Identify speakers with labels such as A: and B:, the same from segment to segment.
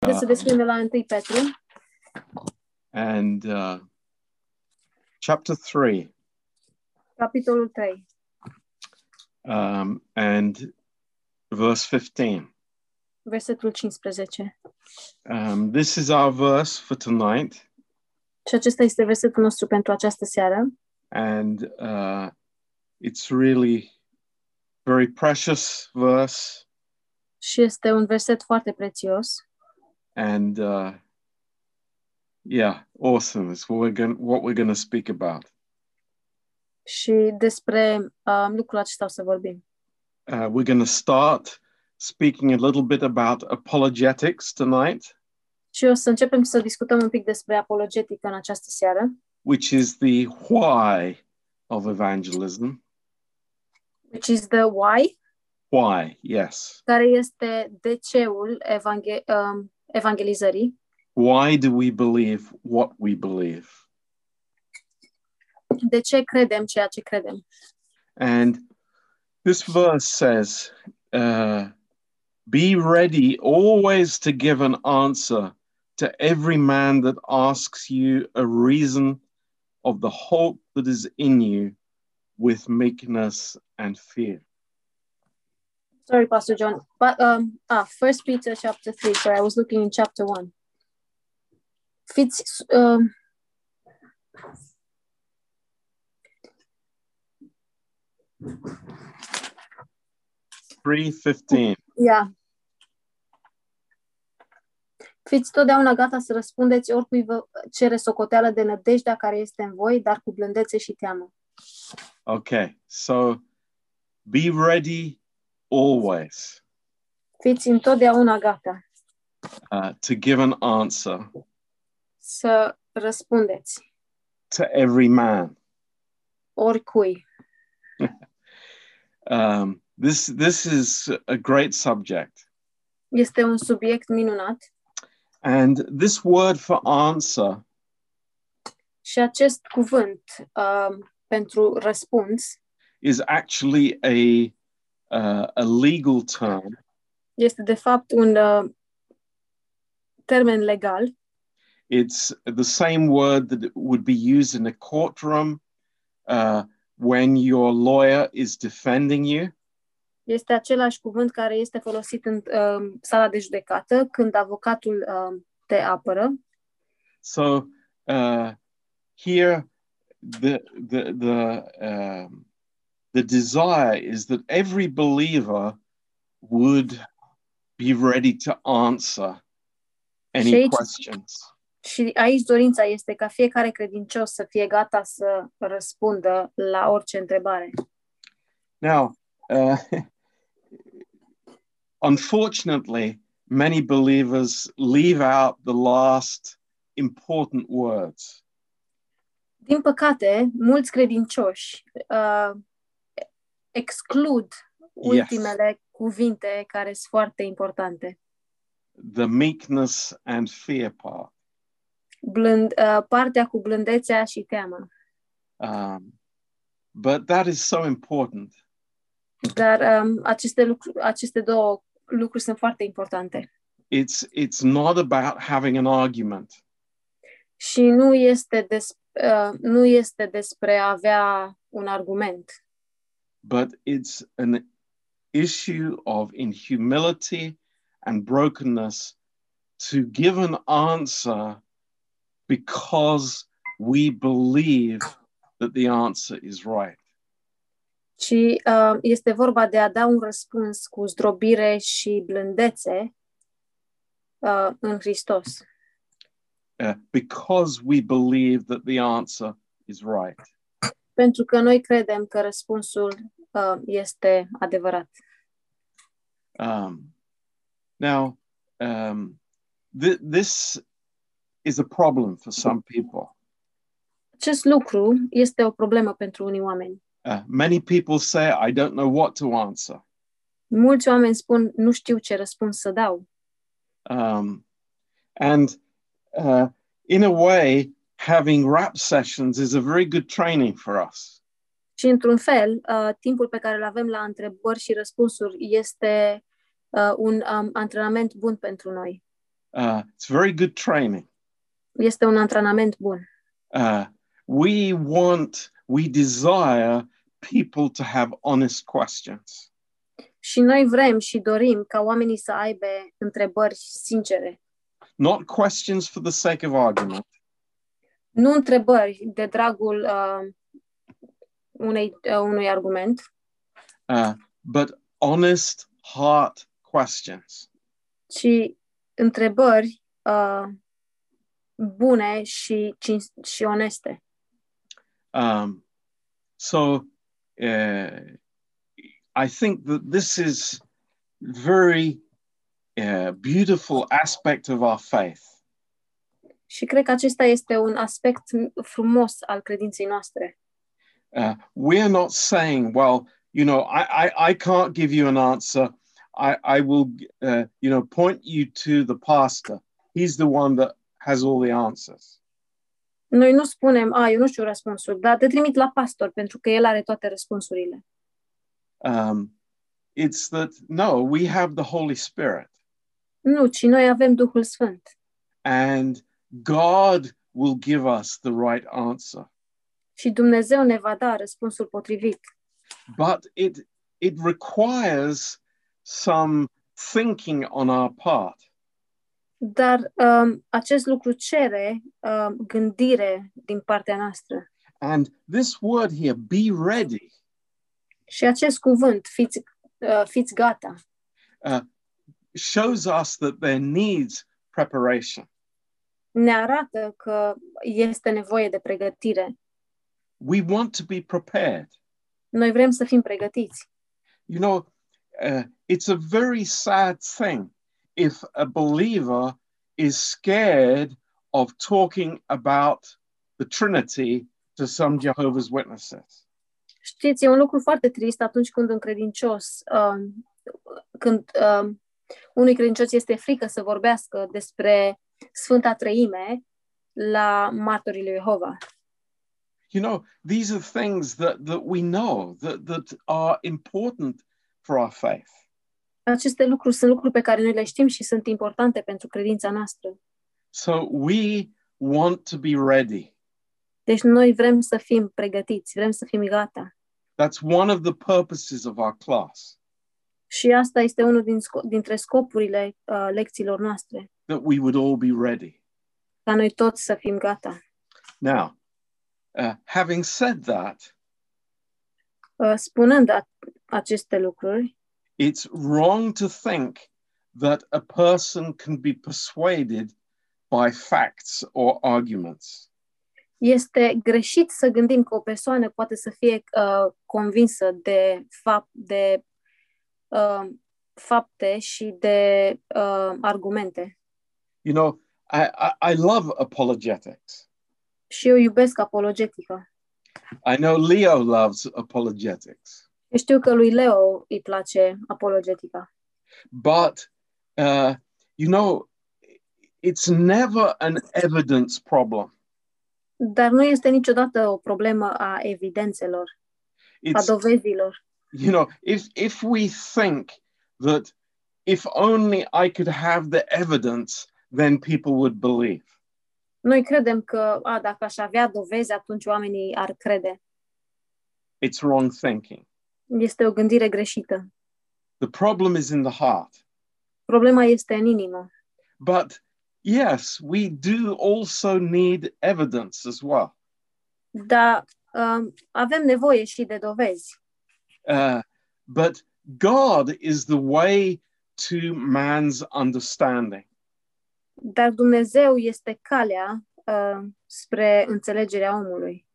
A: Haideți să deschidem de la 1 Petru,
B: and uh, chapter 3
A: capitolul 3
B: um, and verse 15.
A: versetul 15.
B: Um, this is our verse for tonight,
A: Și acesta este versetul nostru pentru această seară
B: and uh, it's really very precious verse,
A: și este un verset foarte prețios
B: and uh, yeah, awesome. It's what we're going what we're going to speak about.
A: și despre um, lucrul acesta o să vorbim.
B: Uh, we're going to start speaking a little bit about apologetics tonight,
A: Și o să începem să discutăm un pic despre apologetică în această seară,
B: which is the why of evangelism.
A: which is the why,
B: Why? Yes.
A: care este de ceul evanghe- um, evangelizării.
B: Why do we believe what we believe?
A: De ce credem ceea ce credem?
B: And this verse says, uh, Be ready always to give an answer to every man that asks you a reason of the hope that is in you with meekness and fear.
A: Sorry, Pastor John. But, um, ah, First Peter chapter 3. Sorry, I was looking in chapter 1. Fiți, um,
B: Three fifteen.
A: yeah. Fiți totdeauna gata să răspundeți oricui vă cere socoteală de nădejdea care este în voi, dar cu blândețe și teamă.
B: Okay, so be ready always
A: Fiți întotdeauna gata
B: uh, to give an answer
A: să răspundeți
B: to every man.
A: oricui.
B: Um, this this is a great subject.
A: Este un subiect minunat
B: And this word for answer
A: și acest cuvânt um, pentru răspuns
B: is actually a uh, a legal term,
A: este de fapt un uh, termen legal
B: it's the same word that would be used in a courtroom uh, when your lawyer is defending you.
A: Este același cuvânt care este folosit în uh, sala de judecată când avocatul uh, te apără.
B: So uh, here, the the the um, the desire is that every believer would be ready to answer any
A: Shades.
B: questions.
A: Și aici dorința este ca fiecare credincios să fie gata să răspundă la orice întrebare.
B: Now, uh, unfortunately, many believers leave out the last important words.
A: Din păcate, mulți credincioși uh, exclud ultimele cuvinte care sunt foarte importante.
B: The meekness and fear part.
A: Blând, uh, partea cu blândețea și teama.
B: Um, but that is so important.
A: Dar um, aceste, lucru, aceste două lucruri sunt foarte importante.
B: It's it's not about having an argument.
A: Și nu este, des, uh, nu este despre a avea un argument,
B: but it's an issue of in humility and brokenness to give an answer because we believe that the answer is right.
A: ci uh, este vorba de a da un răspuns cu zdrobire și blândețe uh, în Hristos.
B: Uh, because we believe that the answer is right.
A: Pentru că noi credem că răspunsul uh, este adevărat.
B: Um, now, um, th- this is a problem for some people.
A: Acest lucru este o problemă pentru unii oameni.
B: Uh, many people say, I don't know what to answer.
A: Mulți oameni spun, nu știu ce răspuns să dau.
B: Um, and uh, in a way, having rap sessions is a very good training for us
A: Și, într-un fel, uh, timpul pe care îl avem la întrebări și răspunsuri este uh, un um, antrenament bun pentru noi.
B: Uh, it's very good training.
A: Este un antrenament bun.
B: Uh, we want, we desire people to have honest questions.
A: Și noi vrem și dorim ca oamenii să aibă întrebări sincere.
B: Not questions for the sake of argument,
A: Nu întrebări de dragul uh, unei, uh, unui argument,
B: uh, but honest heart questions.
A: ci întrebări uh, bune și, cin- și oneste.
B: Um, so uh, I think that this is very uh, beautiful aspect of our faith
A: Și cred că acesta este un aspect frumos al credinței noastre.
B: uh, we're not saying, well, you know, I, I, I can't give you an answer. I, I will, uh, you know, point you to the pastor. He's the one that has all the answers.
A: Noi nu spunem, a, eu nu știu răspunsul, dar te trimit la pastor pentru că el are toate răspunsurile.
B: Um, it's that, no, we have the Holy Spirit
A: Nu, ci noi avem Duhul Sfânt
B: and God will give us the right answer.
A: și Dumnezeu ne va da răspunsul potrivit.
B: But it, it requires some thinking on our part.
A: Dar um, acest lucru cere um, gândire din partea noastră.
B: And this word here, be ready,
A: Și acest cuvânt, fiți, uh, fiți gata,
B: shows us that there needs preparation.
A: ne arată că este nevoie de pregătire.
B: We want to be prepared.
A: Noi vrem să fim pregătiți.
B: You know, uh, it's a very sad thing if a believer is scared of talking about the Trinity to some Jehovah's Witnesses.
A: Știți, e un lucru foarte trist atunci când un credincios, um, când um, unui credincios este frică să vorbească despre Sfânta Trăime la martorii lui Jehova.
B: You know, these are things that, that we know that, that are important for our faith.
A: Aceste lucruri sunt lucruri pe care noi le știm și sunt importante pentru credința noastră.
B: So we want to be ready.
A: Deci noi vrem să fim pregătiți, vrem să fim gata.
B: That's one of the purposes of our class.
A: Și asta este unul din sco- dintre scopurile uh, lecțiilor noastre,
B: that we would all be ready.
A: ca noi toți să fim gata.
B: Now, uh, having said that,
A: Uh, spunând a- aceste lucruri,
B: it's wrong to think that a person can be persuaded by facts or arguments.
A: este greșit să gândim că o persoană poate să fie uh, convinsă de, fapt, de uh, fapte și de uh, argumente.
B: You know, I, I, I love apologetics.
A: Și eu iubesc apologetică.
B: I know Leo loves apologetics,
A: Eu știu că lui Leo îi place apologetica,
B: but uh, you know, it's never an evidence problem.
A: dar nu este niciodată o problemă a evidențelor, a
B: It's
A: dovezilor.
B: you know if if we think that if only i could have the evidence then people would believe
A: Noi credem că, a, dacă aș avea dovezi, atunci oamenii ar crede.
B: it's wrong thinking
A: Este o gândire greșită.
B: the problem is in the heart
A: Problema este în inimă.
B: but yes we do also need evidence as well
A: Dar um, avem nevoie și de dovezi.
B: uh, but god is the way to man's understanding
A: Dar Dumnezeu este calea uh, spre înțelegerea omului.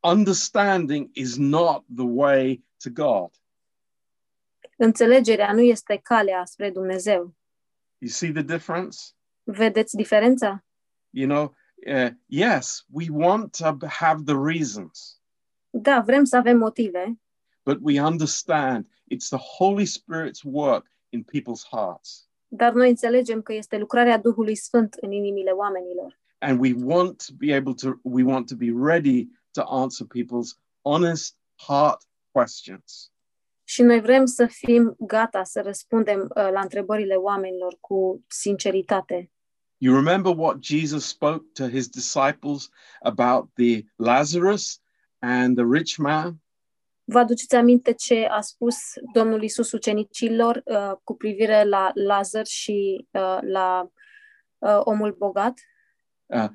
B: understanding is not the way to god
A: Înțelegerea nu este calea spre Dumnezeu.
B: you see the difference
A: Vedeți diferența?
B: You know, uh, yes, we want to b- have the reasons,
A: Da, vrem să avem motive,
B: but we understand it's the Holy Spirit's work in people's hearts.
A: dar noi înțelegem că este lucrarea Duhului Sfânt în inimile oamenilor.
B: And we want to be able to, we want to be ready to answer people's honest heart questions.
A: Și noi vrem să fim gata să răspundem uh, la întrebările oamenilor cu sinceritate.
B: You remember what Jesus spoke to his disciples about the Lazarus and the rich man?
A: Vă aduceți aminte ce a spus Domnul Isus ucenicilor uh, cu privire la Lazar și uh, la uh, omul bogat?
B: Uh,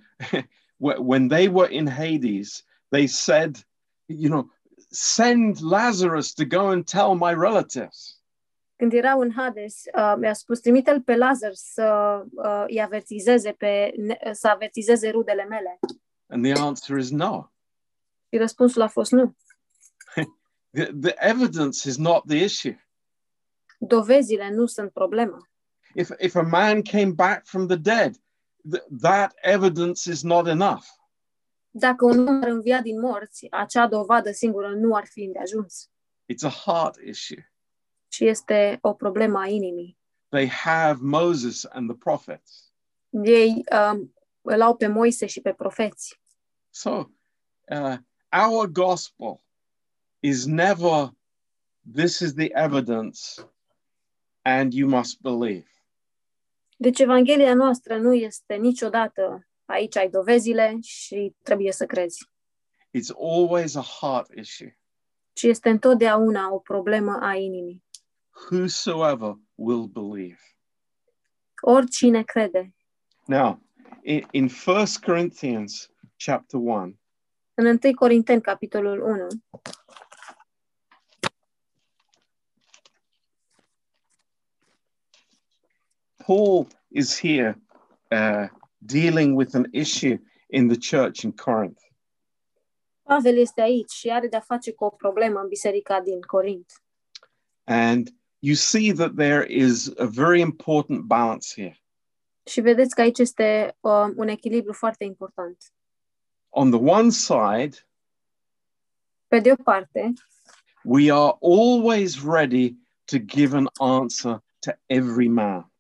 B: when they were in Hades, they said, you know, send Lazarus to go and tell my relatives.
A: Când erau în Hades, uh, mi-a spus, trimite-l pe Lazar să uh, îi avertizeze pe, ne- să avertizeze rudele mele.
B: And the answer is no.
A: Și răspunsul a fost nu.
B: The, the evidence is not the issue.
A: Dovezile nu sunt problema.
B: If, if a man came back from the dead, th- that evidence is not enough.
A: Dacă un om ar învia din morți, acea dovadă singură nu ar fi îndeajuns.
B: It's a heart issue.
A: Și este o problemă a inimii.
B: They have Moses and the prophets.
A: Ei um, îl au pe Moise și pe profeți.
B: So, uh, our gospel is never this is the evidence and you must believe.
A: Deci Evanghelia noastră nu este niciodată aici ai dovezile și trebuie să crezi,
B: It's always a heart issue.
A: ci este întotdeauna o problemă a inimii.
B: Whosoever will believe.
A: Oricine crede.
B: Now, in, in 1 Corinthians chapter 1,
A: În 1 Corinteni, capitolul 1,
B: Paul is here uh, dealing with an issue in the church in Corinth.
A: Pavel este aici și are de-a face cu o problemă în biserica din Corint.
B: And you see that there is a very important balance here.
A: Și vedeți că aici este um, un echilibru foarte important.
B: On the one side,
A: Pe de o parte,
B: we are always ready to give an answer to every man.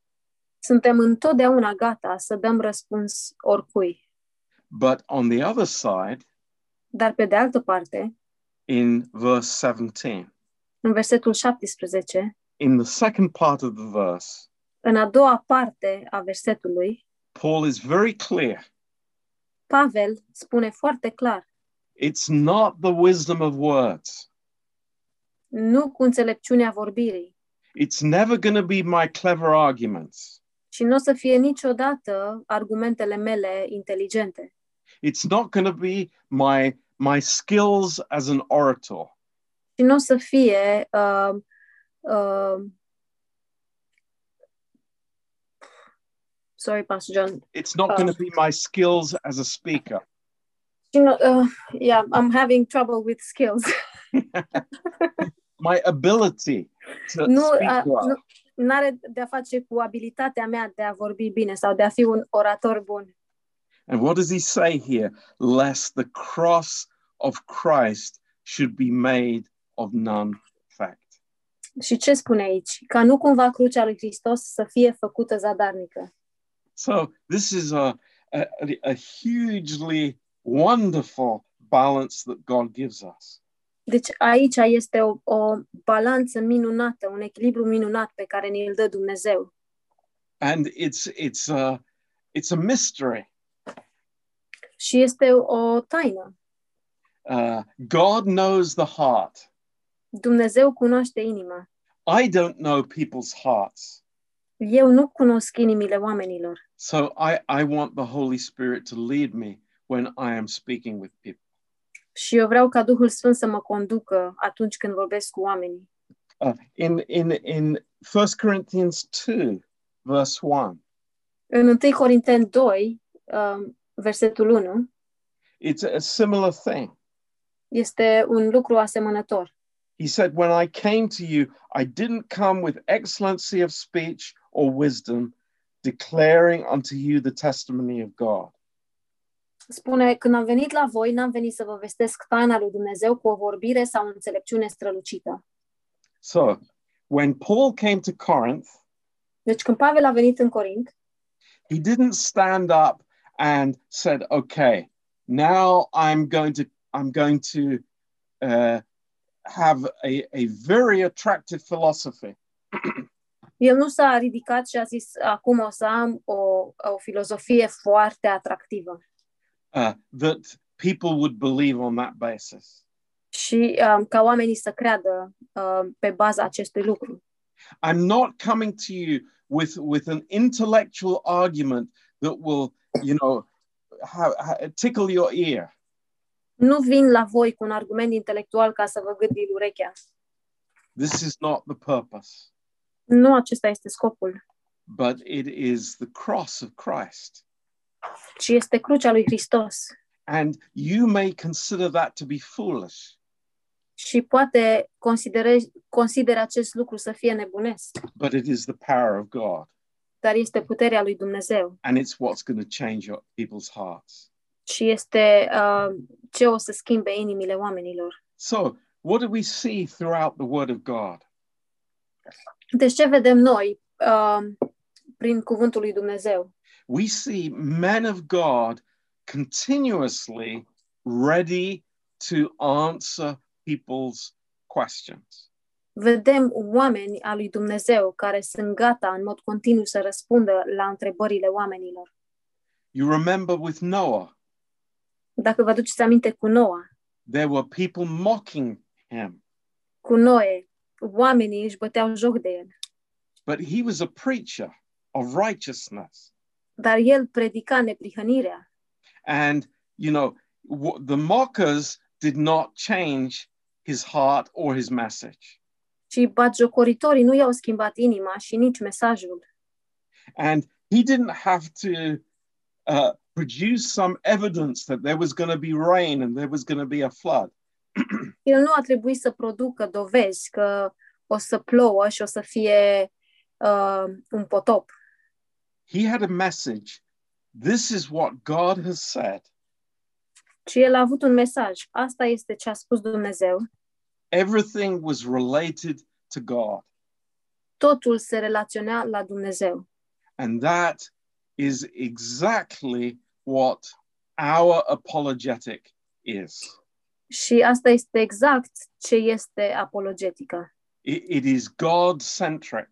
A: suntem întotdeauna gata să dăm răspuns oricui.
B: But on the other side,
A: Dar pe de altă parte,
B: in verse 17,
A: în versetul 17,
B: in the second part of the verse,
A: în a doua parte a versetului,
B: Paul is very clear.
A: Pavel spune foarte clar,
B: It's not the wisdom of words.
A: nu cu înțelepciunea vorbirii
B: It's never going to be my clever arguments.
A: și nu o să fie niciodată argumentele mele inteligente
B: It's not going to be my my skills as an orator.
A: și nu o să fie uh, uh, sorry, Pastor John,
B: It's not going to be my skills as a speaker.
A: you know, uh, yeah, I'm having trouble with skills.
B: My ability to
A: Nu,
B: speak
A: uh,
B: well.
A: nu are de-a face cu abilitatea mea de a vorbi bine sau de a fi un orator bun.
B: And what does he say here? Lest the cross of Christ should be made of none effect.
A: Și ce spune aici? Ca nu cumva crucea lui Hristos să fie făcută zadarnică.
B: So this is a, a, a hugely wonderful balance that God gives us.
A: Deci aici este o, o balanță minunată, un echilibru minunat pe care ne-l dă Dumnezeu.
B: And it's it's a it's a mystery.
A: Și este o taină.
B: Uh, God knows the heart.
A: Dumnezeu cunoaște inima.
B: I don't know people's hearts.
A: Eu nu cunosc inimile oamenilor.
B: So I, I want the Holy Spirit to lead me when I am speaking with people.
A: Și eu vreau ca Duhul Sfânt să mă conducă atunci când vorbesc cu oamenii.
B: Uh, in in in First Corinthians two, verse one,
A: În 1 Corinteni 2, um, versetul 1,
B: it's a similar thing.
A: este un lucru asemănător.
B: He said, "When I came to you, I didn't come with excellency of speech or wisdom, declaring unto you the testimony of God."
A: Spune, când am venit la voi, n-am venit să vă vestesc taina lui Dumnezeu cu o vorbire sau o înțelepciune strălucită.
B: So when Paul came to Corinth,
A: Deci când Pavel a venit în Corint,
B: he didn't stand up and said okay now i'm going to i'm going to uh, have a, a very attractive philosophy
A: El nu s-a ridicat și a zis, acum o să am o, o filozofie foarte atractivă
B: uh, that people would believe on that basis.
A: și um, ca oamenii să creadă um, pe baza acestui lucru.
B: I'm not coming to you with with an intellectual argument that will, you know, ha- ha- tickle your ear.
A: Nu vin la voi cu un argument intelectual ca să vă gândi urechea.
B: This is not the purpose,
A: Nu acesta este scopul,
B: but it is the cross of Christ.
A: ci este crucea lui Hristos.
B: And you may consider that to be foolish,
A: Și poate considere, considere acest lucru să fie nebunesc,
B: but it is the power of God,
A: dar este puterea lui Dumnezeu
B: and it's what's going to change your people's hearts.
A: și este uh, ce o să schimbe inimile oamenilor.
B: So, what do we see throughout the Word of God?
A: Deci ce vedem noi uh, prin cuvântul lui Dumnezeu?
B: we see men of God continuously ready to answer people's questions.
A: Vedem oameni al lui Dumnezeu care sunt gata în mod continuu să răspundă la întrebările oamenilor.
B: You remember with Noah,
A: Dacă vă aduceți aminte cu Noa,
B: there were people mocking him,
A: cu Noe, oamenii își băteau joc de el,
B: but he was a preacher of righteousness.
A: dar el predica neprihănirea.
B: And, you know, w- the mockers did not change his heart or his message.
A: Și batjocoritorii nu i-au schimbat inima și nici mesajul.
B: And he didn't have to uh, produce some evidence that there was going to be rain and there was going to be a flood.
A: El nu a trebuit să producă dovezi că o să plouă și o să fie uh, un potop.
B: he had a message. This is what God has said.
A: Ci el a avut un mesaj. Asta este ce a spus Dumnezeu.
B: Everything was related to God.
A: Totul se relaționa la Dumnezeu.
B: And that is exactly what our apologetic is.
A: Și asta este exact ce este apologetică.
B: It, it is God centric.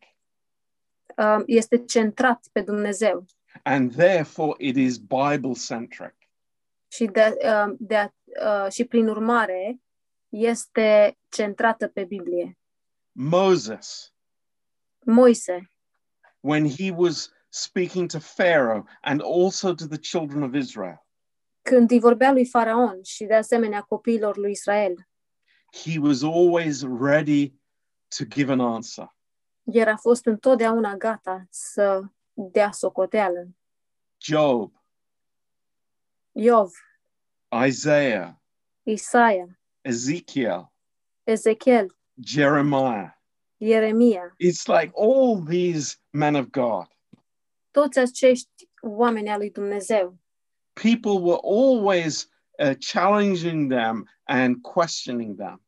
A: Uh, este centrat pe Dumnezeu
B: And therefore, it is Bible centric.
A: și, de, uh, de, a- uh, și prin urmare este centrată pe Biblie.
B: Moses,
A: Moise,
B: when he was speaking to Pharaoh and also to the children of Israel,
A: când îi vorbea lui Faraon și de asemenea copiilor lui Israel,
B: he was always ready to give an answer.
A: el a fost întotdeauna gata să dea socoteală.
B: Job,
A: Iov,
B: Isaiah,
A: Isaia,
B: Ezekiel,
A: Ezechiel,
B: Jeremiah.
A: Ieremia,
B: It's like all these men of God.
A: toți acești oameni al lui Dumnezeu,
B: People were always uh, challenging them and questioning them.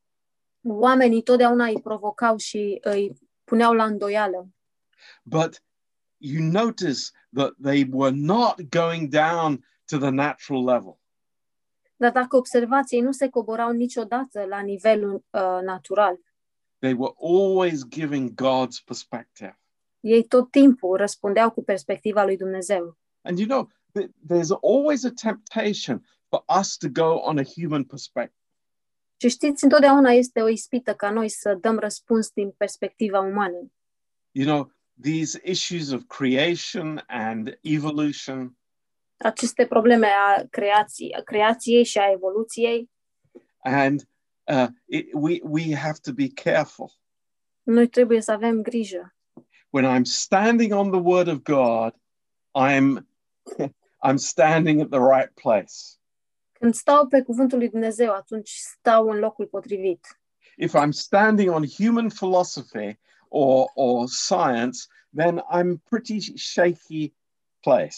A: oamenii totdeauna îi provocau și îi puneau la îndoială.
B: But you notice that they were not going down to the natural level.
A: Dar dacă observați, ei nu se coborau niciodată la nivelul uh, natural.
B: They were always giving God's perspective.
A: Ei tot timpul răspundeau cu perspectiva lui Dumnezeu.
B: And you know, th- there's always a temptation for us to go on a human perspective.
A: Și știți, întotdeauna este o ispită ca noi să dăm răspuns din perspectiva umană.
B: You know, these issues of creation and evolution,
A: aceste probleme a creației, a creației și a evoluției,
B: and uh, it, we we have to be careful
A: noi trebuie să avem grijă.
B: when i'm standing on the word of god i'm i'm standing at the right place
A: Când stau pe cuvântul lui Dumnezeu, atunci stau în locul potrivit.
B: if i'm standing on human philosophy or or science then i'm pretty shaky place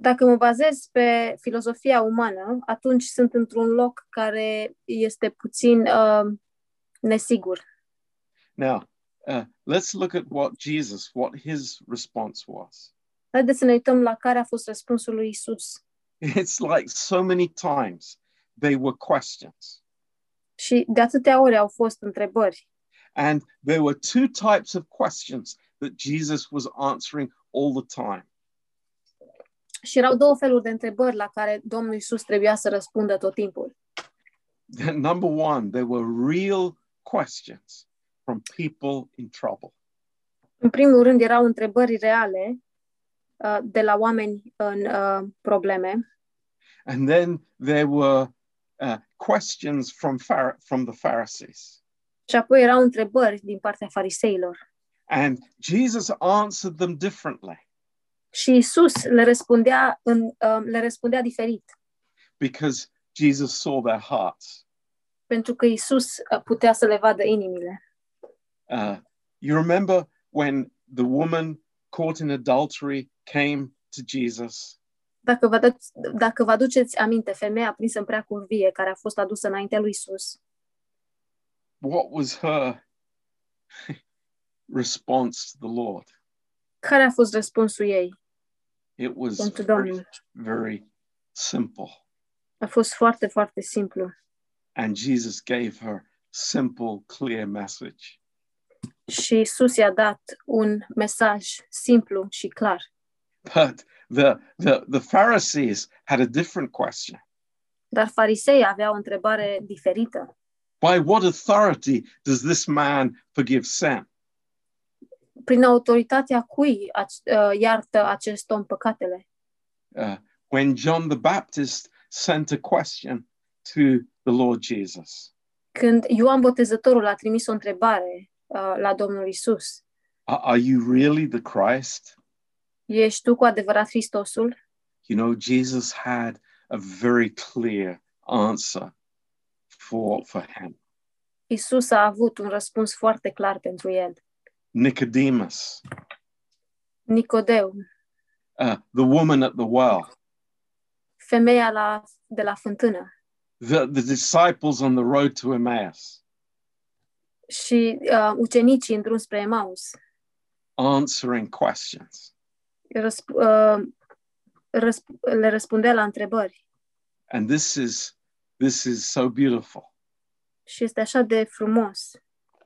A: Dacă mă bazez pe filozofia umană, atunci sunt într-un loc care este puțin uh, nesigur.
B: now uh, let's look at what jesus what his response was
A: Haideți să ne uităm la care a fost răspunsul lui Isus.
B: it's like so many times they were questions
A: Și de atâtea ori au fost întrebări.
B: And there were two types of questions that Jesus was answering all the time.
A: Și erau două feluri de întrebări la care Domnul Isus trebuia să răspundă tot timpul.
B: Number one, they were real questions from people in trouble.
A: În primul rând erau întrebări reale uh, de la oameni în uh, probleme
B: And then there were uh, questions from, Phar- from the Pharisees.
A: și apoi erau întrebări din partea fariseilor.
B: And Jesus answered them differently
A: Și Isus le răspundea, în, uh, le răspundea diferit,
B: because Jesus saw their hearts.
A: pentru că Isus uh, putea să le vadă inimile.
B: Uh, you remember when the woman caught in adultery came to Jesus
A: Dacă vă, dați, dacă vă aduceți aminte, femeia prinsă în prea curvie, care a fost adusă înaintea lui Isus,
B: what was her response to the Lord?
A: care a fost răspunsul ei
B: It was
A: pentru
B: very,
A: Domnul?
B: very simple.
A: A fost foarte, foarte simplu.
B: And Jesus gave her simple, clear message.
A: Și Isus i-a dat un mesaj simplu și clar.
B: But the, the, the Pharisees had a different question.
A: Dar farisei aveau o întrebare diferită.
B: By what authority does this man forgive sin?
A: Prin autoritatea cui ac- uh, iartă acest om păcatele?
B: Uh, when John the Baptist sent a question to the Lord Jesus
A: Când Ioan Botezătorul a trimis o întrebare uh, la Domnul Isus,
B: Are are you really the Christ?
A: ești tu cu adevărat Hristosul?
B: You know, Jesus had a very clear answer for, for him.
A: Isus a avut un răspuns foarte clar pentru el.
B: Nicodemus,
A: Nicodeu,
B: uh, the woman at the well,
A: femeia la, de la fântână
B: the, the disciples on the road to Emmaus,
A: și uh, ucenicii în drum spre Emaus,
B: answering questions.
A: răsp- uh, răsp- le răspundea la întrebări.
B: And this is this is so beautiful.
A: Și este așa de frumos.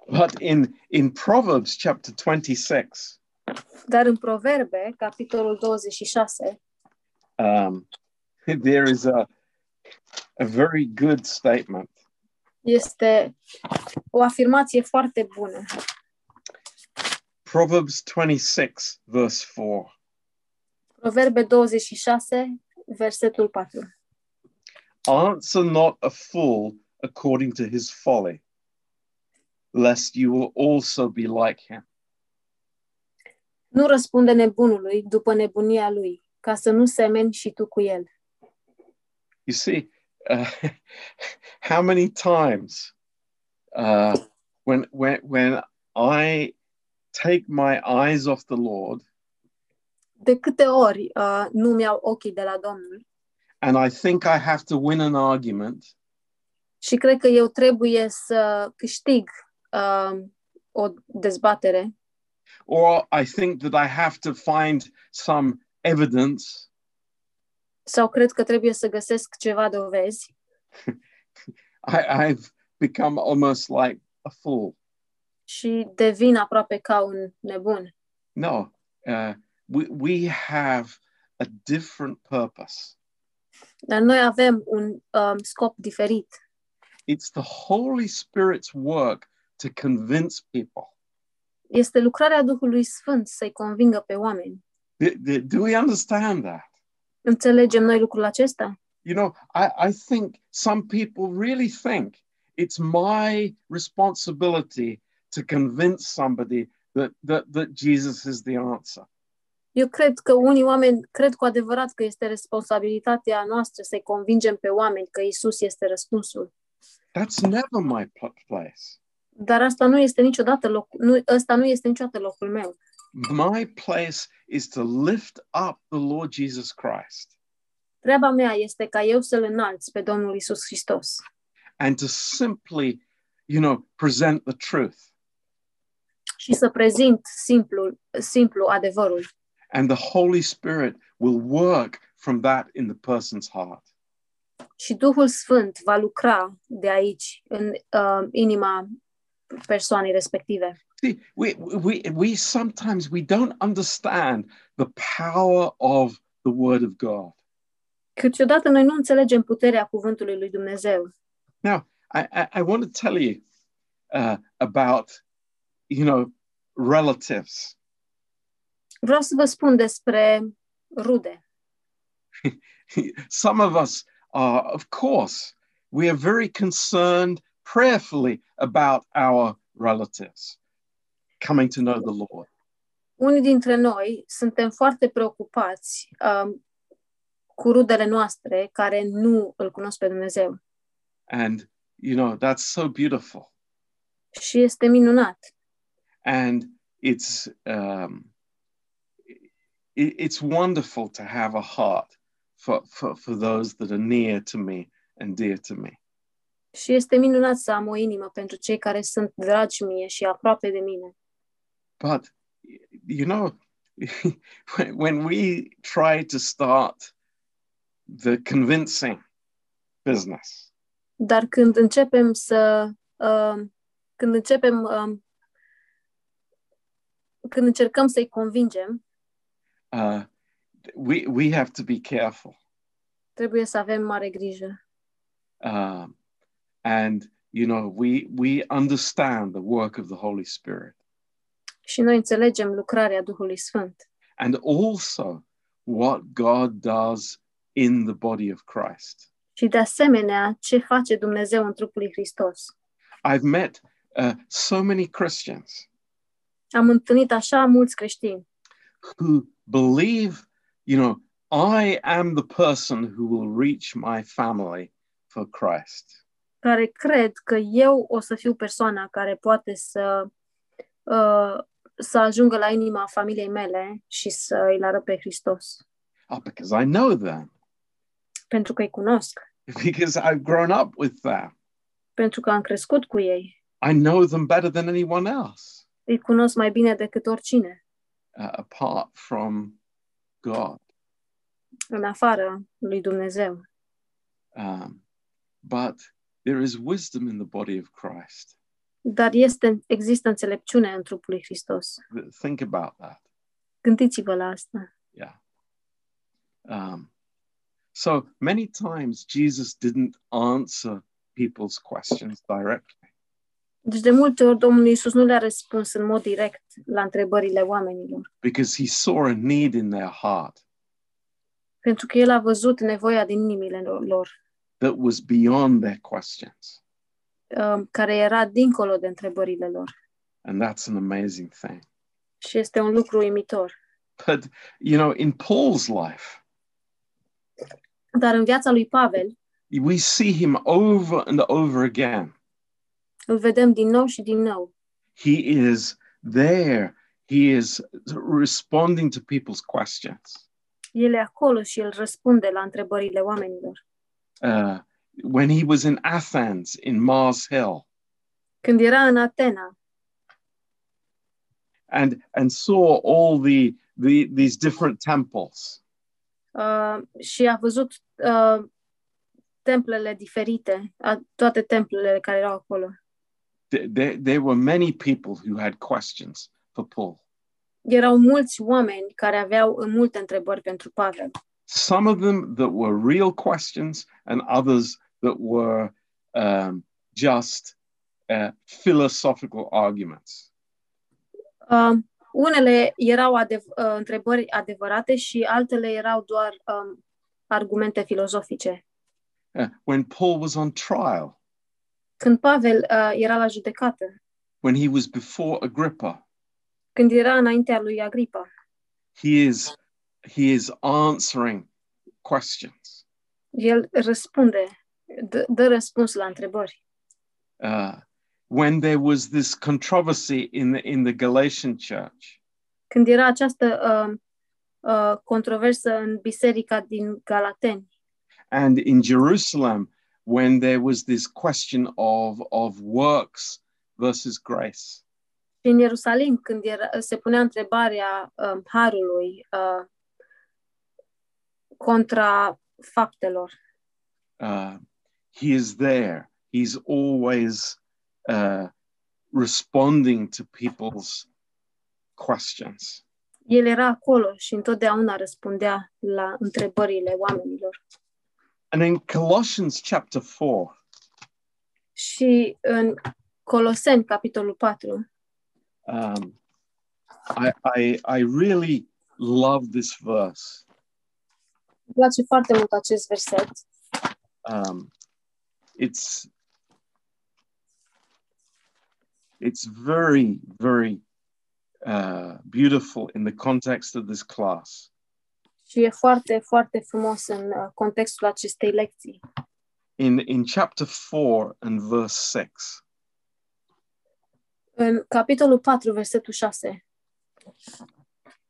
B: But in in Proverbs chapter 26,
A: Dar în Proverbe, capitolul 26,
B: um, there is a a very good statement.
A: este o afirmație foarte bună.
B: Proverbs 26 verse 4.
A: Proverbe 26, versetul 4.
B: Answer not a fool according to his folly, lest you will also be like him.
A: Nu răspunde nebunului după nebunia lui, ca să nu semeni și tu cu el.
B: You see, uh, how many times uh, when when when I take my eyes off the Lord
A: De câte ori uh, nu mi-au ochii de la Domnul
B: and I think I have to win an argument,
A: și cred că eu trebuie să câștig uh, o dezbatere
B: or I think that I have to find some evidence,
A: sau cred că trebuie să găsesc ceva dovezi,
B: I, I've become almost like a fool.
A: și devin aproape ca un nebun.
B: No, uh, we, we have a different purpose.
A: Dar noi avem un um, scop diferit.
B: It's the Holy Spirit's work to convince people.
A: Este lucrarea Duhului Sfânt să-i convingă pe oameni.
B: Do, do- do we understand that?
A: Înțelegem noi lucrul acesta?
B: You know, I, I think some people really think it's my responsibility to convince somebody that, that, that Jesus is the answer.
A: Eu cred că unii oameni cred cu adevărat că este responsabilitatea noastră să-i convingem pe oameni că Isus este răspunsul.
B: That's never my pl- place.
A: Dar asta nu este niciodată loc, nu, ăsta nu este niciodată locul meu.
B: My place is to lift up the Lord Jesus Christ
A: Treaba mea este ca eu să-L înalț pe Domnul Isus Hristos
B: and to simply, you know, present the truth.
A: și să prezint simplu, simplu adevărul.
B: And the Holy Spirit will work from that in the person's heart.
A: Și Duhul Sfânt va lucra de aici, în uh, inima persoanei respective.
B: See, we, we, we sometimes we don't understand the power of the word of God.
A: Câteodată noi nu înțelegem puterea cuvântului lui Dumnezeu.
B: I, I, I want to tell you uh, about, you know, relatives.
A: Vreau să vă spun despre rude.
B: Some of us are, of course, we are very concerned prayerfully about our relatives coming to know the Lord.
A: Unii dintre noi suntem foarte preocupați um, cu rudele noastre care nu îl cunosc pe Dumnezeu.
B: And, you know, that's so beautiful.
A: Și este minunat.
B: and it's um, it, it's wonderful to have a heart for, for for those that are near to me and dear to me.
A: Și este minunat să am o inimă pentru cei care sunt dragi mie și aproape de mine.
B: But you know, when- when we try to start the convincing business,
A: Dar când începem să. um, când începem. um, când încercăm să-i convingem,
B: uh, we we have to be careful,
A: trebuie să avem mare grijă.
B: um, and you know, we we understand the work of the Holy Spirit.
A: Și noi înțelegem lucrarea Duhului Sfânt
B: and also what God does in the body of Christ.
A: și, de asemenea, ce face Dumnezeu în trupul lui Hristos.
B: I've met uh, so many Christians
A: Am întâlnit așa mulți creștini
B: who believe, you know, I am the person who will reach my family for Christ.
A: care cred că eu o să fiu persoana care poate să uh, să ajungă la inima familiei mele și să îl arăt pe Hristos,
B: Oh, because I know them,
A: pentru că îi cunosc,
B: because I've grown up with them.
A: pentru că am crescut cu ei,
B: I know them better than anyone else,
A: îi cunosc mai bine decât oricine
B: uh, apart from God.
A: în afară lui Dumnezeu.
B: Um, but there is wisdom in the body of Christ.
A: Dar este, există înțelepciune în trupul lui Hristos.
B: Th- think about that.
A: Gândiți-vă la asta.
B: Yeah. Um, so many times Jesus didn't answer people's questions directly.
A: Deci de multe ori Domnul Iisus nu le-a răspuns în mod direct la întrebările oamenilor,
B: because he saw a need in their heart
A: pentru că El a văzut nevoia din inimile lor.
B: that was beyond their questions.
A: um, care era dincolo de întrebările lor.
B: And that's an amazing thing.
A: Și este un lucru uimitor.
B: But, you know, in Paul's life,
A: Dar în viața lui Pavel
B: we see him over and over again.
A: îl vedem din nou și din nou.
B: He is there, he is responding to people's questions.
A: El e acolo și el răspunde la întrebările oamenilor.
B: uh, when he was in Athens in Mars Hill
A: Când era în Atena
B: and and saw all the, the these different temples
A: uh, și a văzut uh, templele diferite, a, toate templele care erau acolo,
B: th- there, there were many people who had questions for Paul.
A: erau mulți oameni care aveau multe întrebări pentru Pavel.
B: Some of them that were real questions and others that were um, just uh, philosophical arguments.
A: Uh, unele erau adev- uh, întrebări adevărate și altele erau doar um, argumente filozofice.
B: Uh, when Paul was on trial,
A: Când Pavel uh, era la judecată,
B: when he was before Agrippa,
A: când era înaintea lui Agripa,
B: he is he is answering questions.
A: el răspunde, dă, dă răspuns la întrebări.
B: uh, when there was this controversy in the in the Galatian church,
A: Când era această uh, uh, controversă în biserica din Galateni
B: and in Jerusalem, when there was this question of of works versus grace,
A: și în Ierusalim, când era, se punea întrebarea uh, harului uh, contra faptelor,
B: uh, he is there. He's always uh, responding to people's questions.
A: El era acolo și întotdeauna răspundea la întrebările oamenilor.
B: And in Colossians chapter 4,
A: Și în Coloseni, capitolul 4,
B: um, I, I, I really love this verse.
A: îmi place foarte mult acest verset.
B: Um, it's, it's very, very uh, beautiful in the context of this class.
A: Și e foarte, foarte frumos în uh, contextul acestei lecții.
B: In, in chapter 4 and verse 6,
A: În capitolul 4, versetul 6,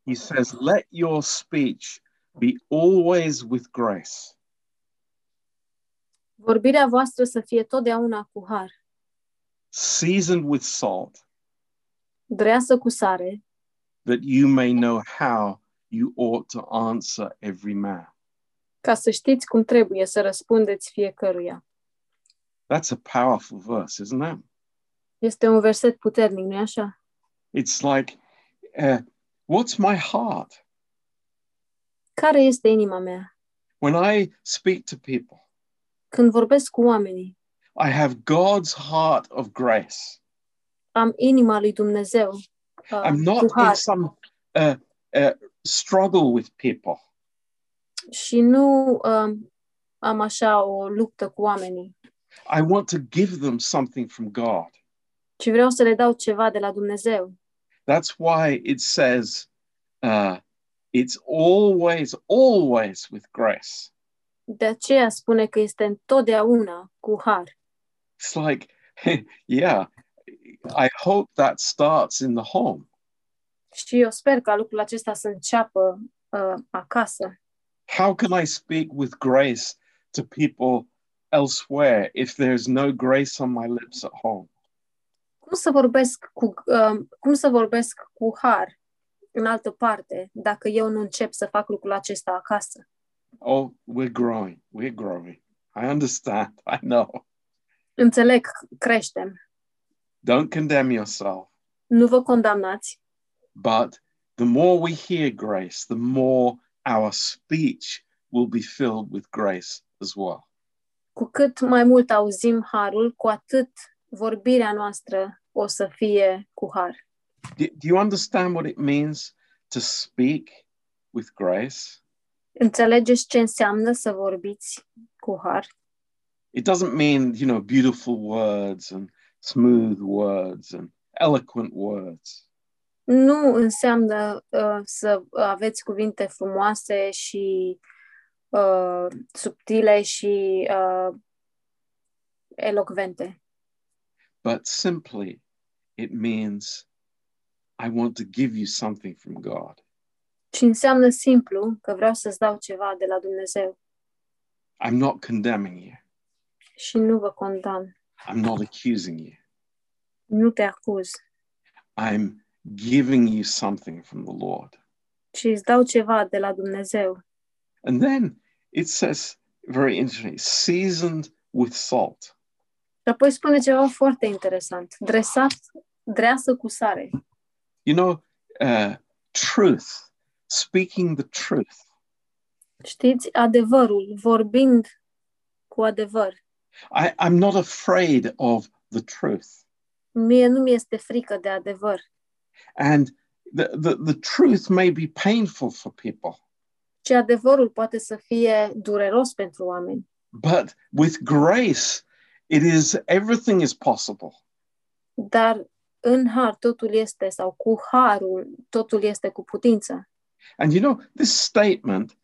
B: he says, Let your speech be always with grace,
A: vorbirea voastră să fie totdeauna cu har,
B: seasoned with salt,
A: dreasă cu sare,
B: that you may know how you ought to answer every man.
A: ca să știți cum trebuie să răspundeți fiecăruia.
B: That's a powerful verse, isn't it?
A: Este un verset puternic, nu-i așa?
B: It's like, uh, what's my heart
A: Care este inima mea?
B: when I speak to people?
A: Când vorbesc cu oamenii,
B: I have God's heart of grace.
A: am inima lui Dumnezeu. uh,
B: I'm not
A: cu
B: in
A: har
B: some uh, uh, struggle with people.
A: și nu um, am așa o luptă cu oamenii,
B: I want to give them something from God.
A: ci vreau să le dau ceva de la Dumnezeu.
B: That's why it says, uh, it's always, always with grace.
A: De aceea spune că este întotdeauna cu har.
B: It's like, yeah, I hope that starts in the home.
A: Și eu sper ca lucrul acesta să înceapă uh, acasă.
B: How can I speak with grace to people elsewhere if there's no grace on my lips at home?
A: Cum să vorbesc cu, uh, cum să vorbesc cu har în altă parte dacă eu nu încep să fac lucrul acesta acasă?
B: Oh, we're growing. We're growing. I understand. I know.
A: Înțeleg, creștem.
B: Don't condemn yourself.
A: Nu vă condamnați,
B: But the more we hear grace, the more our speech will be filled with grace as well.
A: cu cât mai mult auzim harul, cu atât vorbirea noastră o să fie cu har.
B: Do, do you understand what it means to speak with grace?
A: Înțelegeți ce înseamnă să vorbiți cu har?
B: It doesn't mean, you know, beautiful words and smooth words and eloquent words.
A: nu înseamnă uh, să aveți cuvinte frumoase și uh, subtile și uh, elocvente,
B: but simply it means I want to give you something from God.
A: ci înseamnă simplu că vreau să-ți dau ceva de la Dumnezeu
B: I'm not condemning you.
A: și nu vă condamn,
B: I'm not accusing you.
A: nu te acuz,
B: I'm giving you something from the Lord.
A: ci îți dau ceva de la Dumnezeu.
B: And then it says, very interesting, seasoned with salt.
A: Și apoi spune ceva foarte interesant, dresat, dreasă cu sare.
B: You know, uh, truth, speaking the truth.
A: Știți, adevărul, vorbind cu adevăr.
B: I, I'm not afraid of the truth.
A: Mie nu mi-este frică de adevăr.
B: And the, the, the truth may be painful for people.
A: ci adevărul poate să fie dureros pentru oameni.
B: But with grace, it is everything is possible.
A: Dar în har totul este, sau cu harul totul este cu putință.
B: And you know, this statement,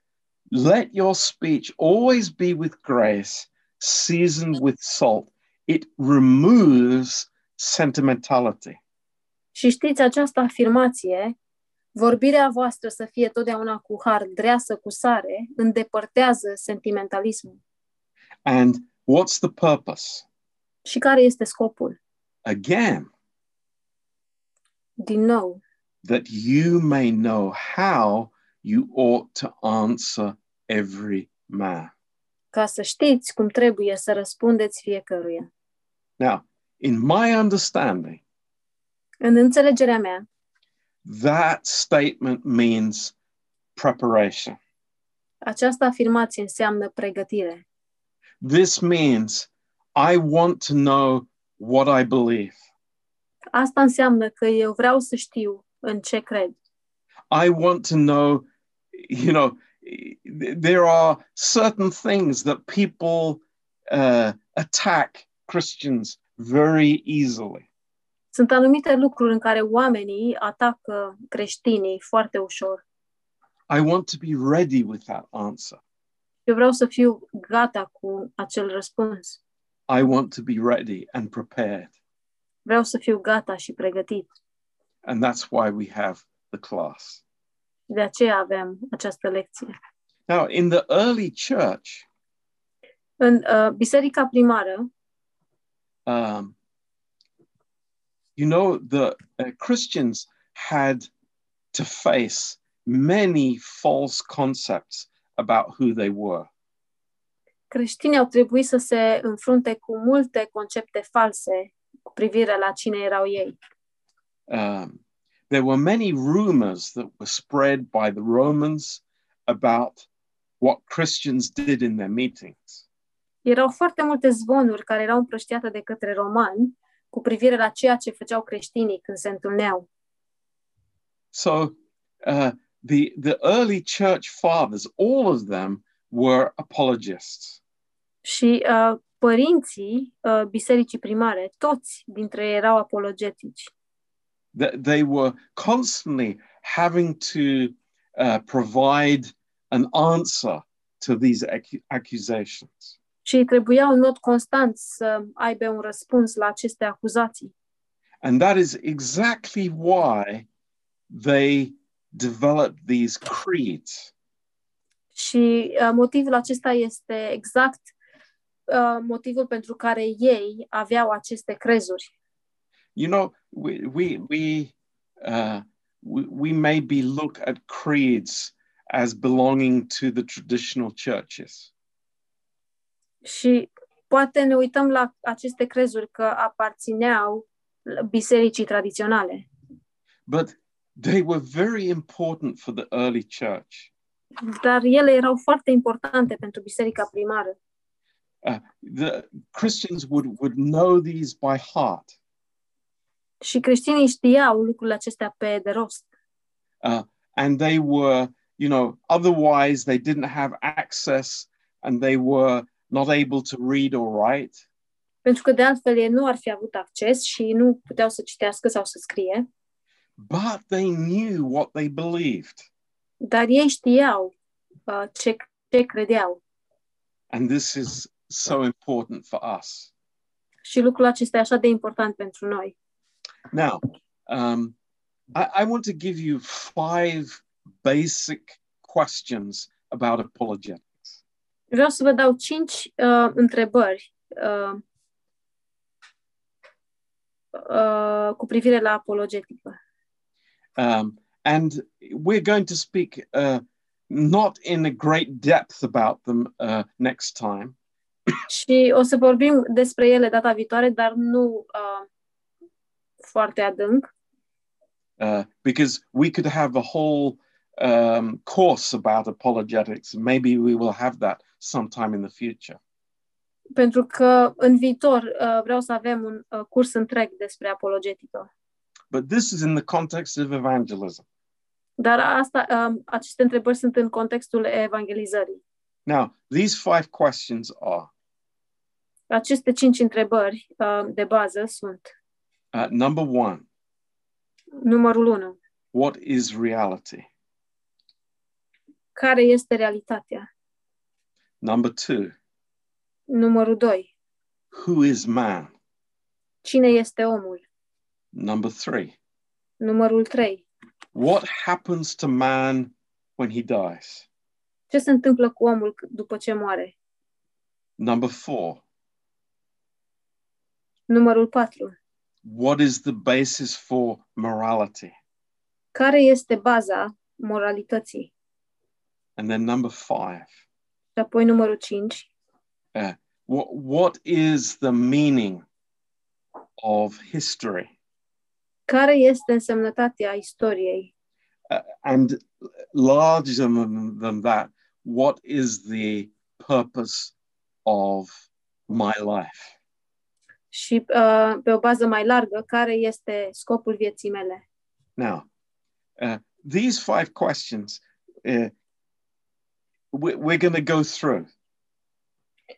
B: let your speech always be with grace, seasoned with salt, it removes sentimentality.
A: Și știți această afirmație, vorbirea voastră să fie totdeauna cu har, dreasă cu sare, îndepărtează sentimentalismul.
B: And what's the purpose?
A: Și care este scopul?
B: Again,
A: Din nou,
B: that you may know how you ought to answer every man.
A: ca să știți cum trebuie să răspundeți fiecăruia.
B: Now, in my understanding,
A: În înțelegerea mea,
B: That statement means preparation.
A: această afirmație înseamnă pregătire.
B: This means I want to know what I believe.
A: Asta înseamnă că eu vreau să știu în ce cred.
B: I want to know, you know, there are certain things that people uh, attack Christians very easily.
A: Sunt anumite lucruri în care oamenii atacă creștinii foarte ușor.
B: I want to be ready with that answer.
A: Eu vreau să fiu gata cu acel răspuns.
B: I want to be ready and prepared.
A: Vreau să fiu gata și pregătit.
B: And that's why we have the class.
A: De aceea avem această lecție.
B: Now, in the early church,
A: În uh, biserica primară,
B: um, you know, the uh, Christians had to face many false concepts about who they were.
A: creștinii au trebuit să se înfrunte cu multe concepte false cu privire la cine erau ei.
B: Um, there were many rumors that were spread by the Romans about what Christians did in their meetings.
A: Erau foarte multe zvonuri care erau împrăștiate de către romani cu privire la ceea ce făceau creștinii când se întâlneau.
B: So uh, the the early church fathers, all of them were apologists.
A: Și uh, părinții uh, bisericii primare, toți dintre ei erau apologetici.
B: That they were constantly having to uh, provide an answer to these ac- accusations.
A: Și ei trebuiau în mod constant să aibă un răspuns la aceste acuzații.
B: And that is exactly why they developed these creeds.
A: Și uh, motivul acesta este exact uh, motivul pentru care ei aveau aceste crezuri.
B: You know, we we we uh, we, we maybe look at creeds as belonging to the traditional churches.
A: Și poate ne uităm la aceste crezuri că aparțineau bisericii tradiționale,
B: but they were very important for the early church.
A: dar ele erau foarte importante pentru biserica primară.
B: Uh, the Christians would, would know these by heart.
A: Și creștinii știau lucrurile acestea pe de rost.
B: Uh, and they were, you know, otherwise they didn't have access and they were not able to read or write.
A: Pentru că de altfel ei nu ar fi avut acces și nu puteau să citească sau să scrie,
B: But they knew what they believed.
A: dar ei știau uh, ce, ce credeau.
B: And this is so important for us.
A: Și lucrul acesta e așa de important pentru noi.
B: Now, um, I, I want to give you five basic questions about apologetics.
A: Vreau să vă dau cinci uh, întrebări uh, uh, cu privire la apologetică.
B: Um, and we're going to speak uh, not in a great depth about them uh, next time,
A: Și o să vorbim despre ele data viitoare, dar nu uh, foarte adânc,
B: uh, because we could have a whole um, course about apologetics. Maybe we will have that sometime in the future.
A: pentru că în viitor uh, vreau să avem un uh, curs întreg despre apologetică.
B: But this is in the context of evangelism.
A: Dar asta, uh, aceste întrebări sunt în contextul evangelizării.
B: Now, these five questions are
A: Aceste cinci întrebări uh, de bază sunt
B: uh, number one,
A: numărul 1.
B: what is reality?
A: Care este realitatea?
B: Number two,
A: Numărul 2.
B: who is man?
A: Cine este omul?
B: Number three,
A: Numărul 3.
B: what happens to man when he dies?
A: Ce se întâmplă cu omul c- după ce moare?
B: Number four,
A: Numărul 4.
B: what is the basis for morality?
A: Care este baza moralității?
B: And then number five,
A: Și apoi numărul 5.
B: what, what is the meaning of history?
A: Care este însemnătatea istoriei?
B: Uh, and larger than, than that, what is the purpose of my life?
A: Și uh, pe o bază mai largă, care este scopul vieții mele?
B: Now, uh, these five questions uh, we, we're going to go through,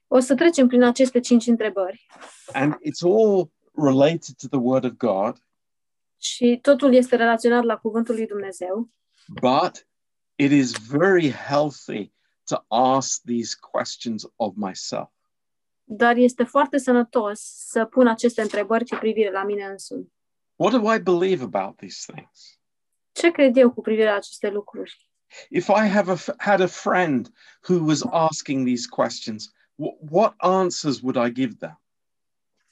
A: O să trecem prin aceste cinci întrebări
B: and it's all related to the Word of God,
A: și totul este relaționat la cuvântul lui Dumnezeu,
B: but it is very healthy to ask these questions of myself.
A: dar este foarte sănătos să pun aceste întrebări cu privire la mine însumi.
B: What do I believe about these things?
A: Ce cred eu cu privire la aceste lucruri?
B: If I have a f- had a friend who was asking these questions, wh- what answers would I give them?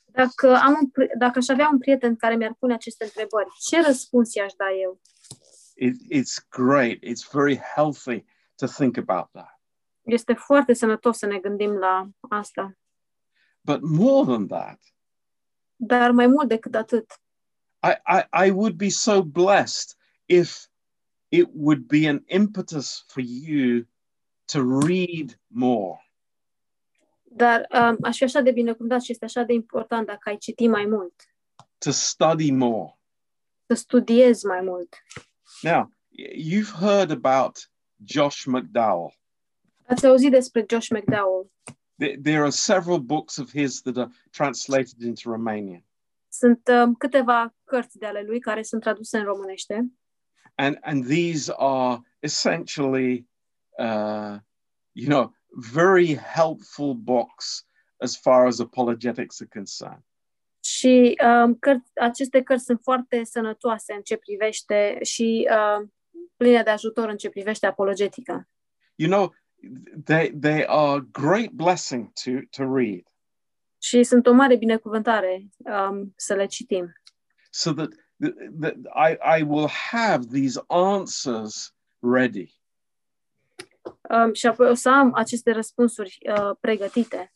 A: Dacă, am un, pri- dacă aș avea un prieten care mi-ar pune aceste întrebări, ce răspuns i-aș da eu?
B: It, it's great. It's very healthy to think about that.
A: Este foarte sănătos să ne gândim la asta.
B: But more than that,
A: Dar mai mult decât atât,
B: I, I, I would be so blessed if it would be an impetus for you to read more,
A: dar um, aș fi așa de binecuvântat și este așa de important dacă ai citi mai mult,
B: to study more.
A: să studiezi mai mult.
B: Now, y- you've heard about Josh McDowell.
A: Ați auzit despre Josh McDowell.
B: There, there are several books of his that are translated into Romanian.
A: Sunt um, câteva cărți de ale lui care sunt traduse în românește
B: And, and these are essentially, uh, you know, very helpful books as far as apologetics are concerned.
A: și um, cărți, aceste cărți sunt foarte sănătoase în ce privește și um, pline de ajutor în ce privește apologetica.
B: You know, they, they are great blessing to, to read
A: Și sunt o mare binecuvântare um, să le citim,
B: so that, that I, I will have these answers ready.
A: um, și apoi o să am aceste răspunsuri uh, pregătite.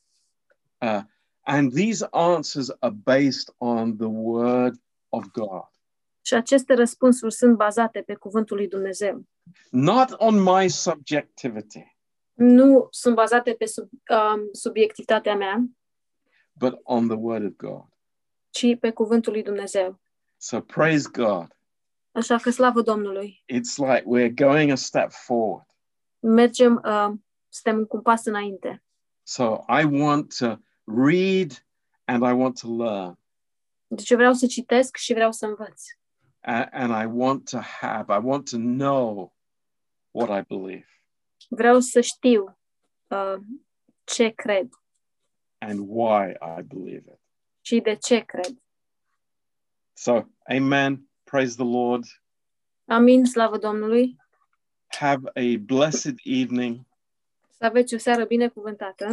B: Uh, and these answers are based on the word of God,
A: Și aceste răspunsuri sunt bazate pe cuvântul lui Dumnezeu.
B: not on my subjectivity,
A: Nu sunt bazate pe sub, um, subiectivitatea mea,
B: but on the word of God.
A: ci pe cuvântul lui Dumnezeu.
B: So praise God.
A: Așa că slavă Domnului!
B: It's like we're going a step forward.
A: Mergem, uh, suntem cu un pas înainte.
B: So I want to read and I want to learn
A: Deci eu vreau să citesc și vreau să învăț.
B: a- and I want to have, I want to know what I believe
A: Vreau să știu uh, ce cred
B: and why I believe it.
A: și de ce cred.
B: So, amen. Praise the Lord.
A: Amin, slavă Domnului!
B: Have a blessed evening.
A: Să aveți o seară binecuvântată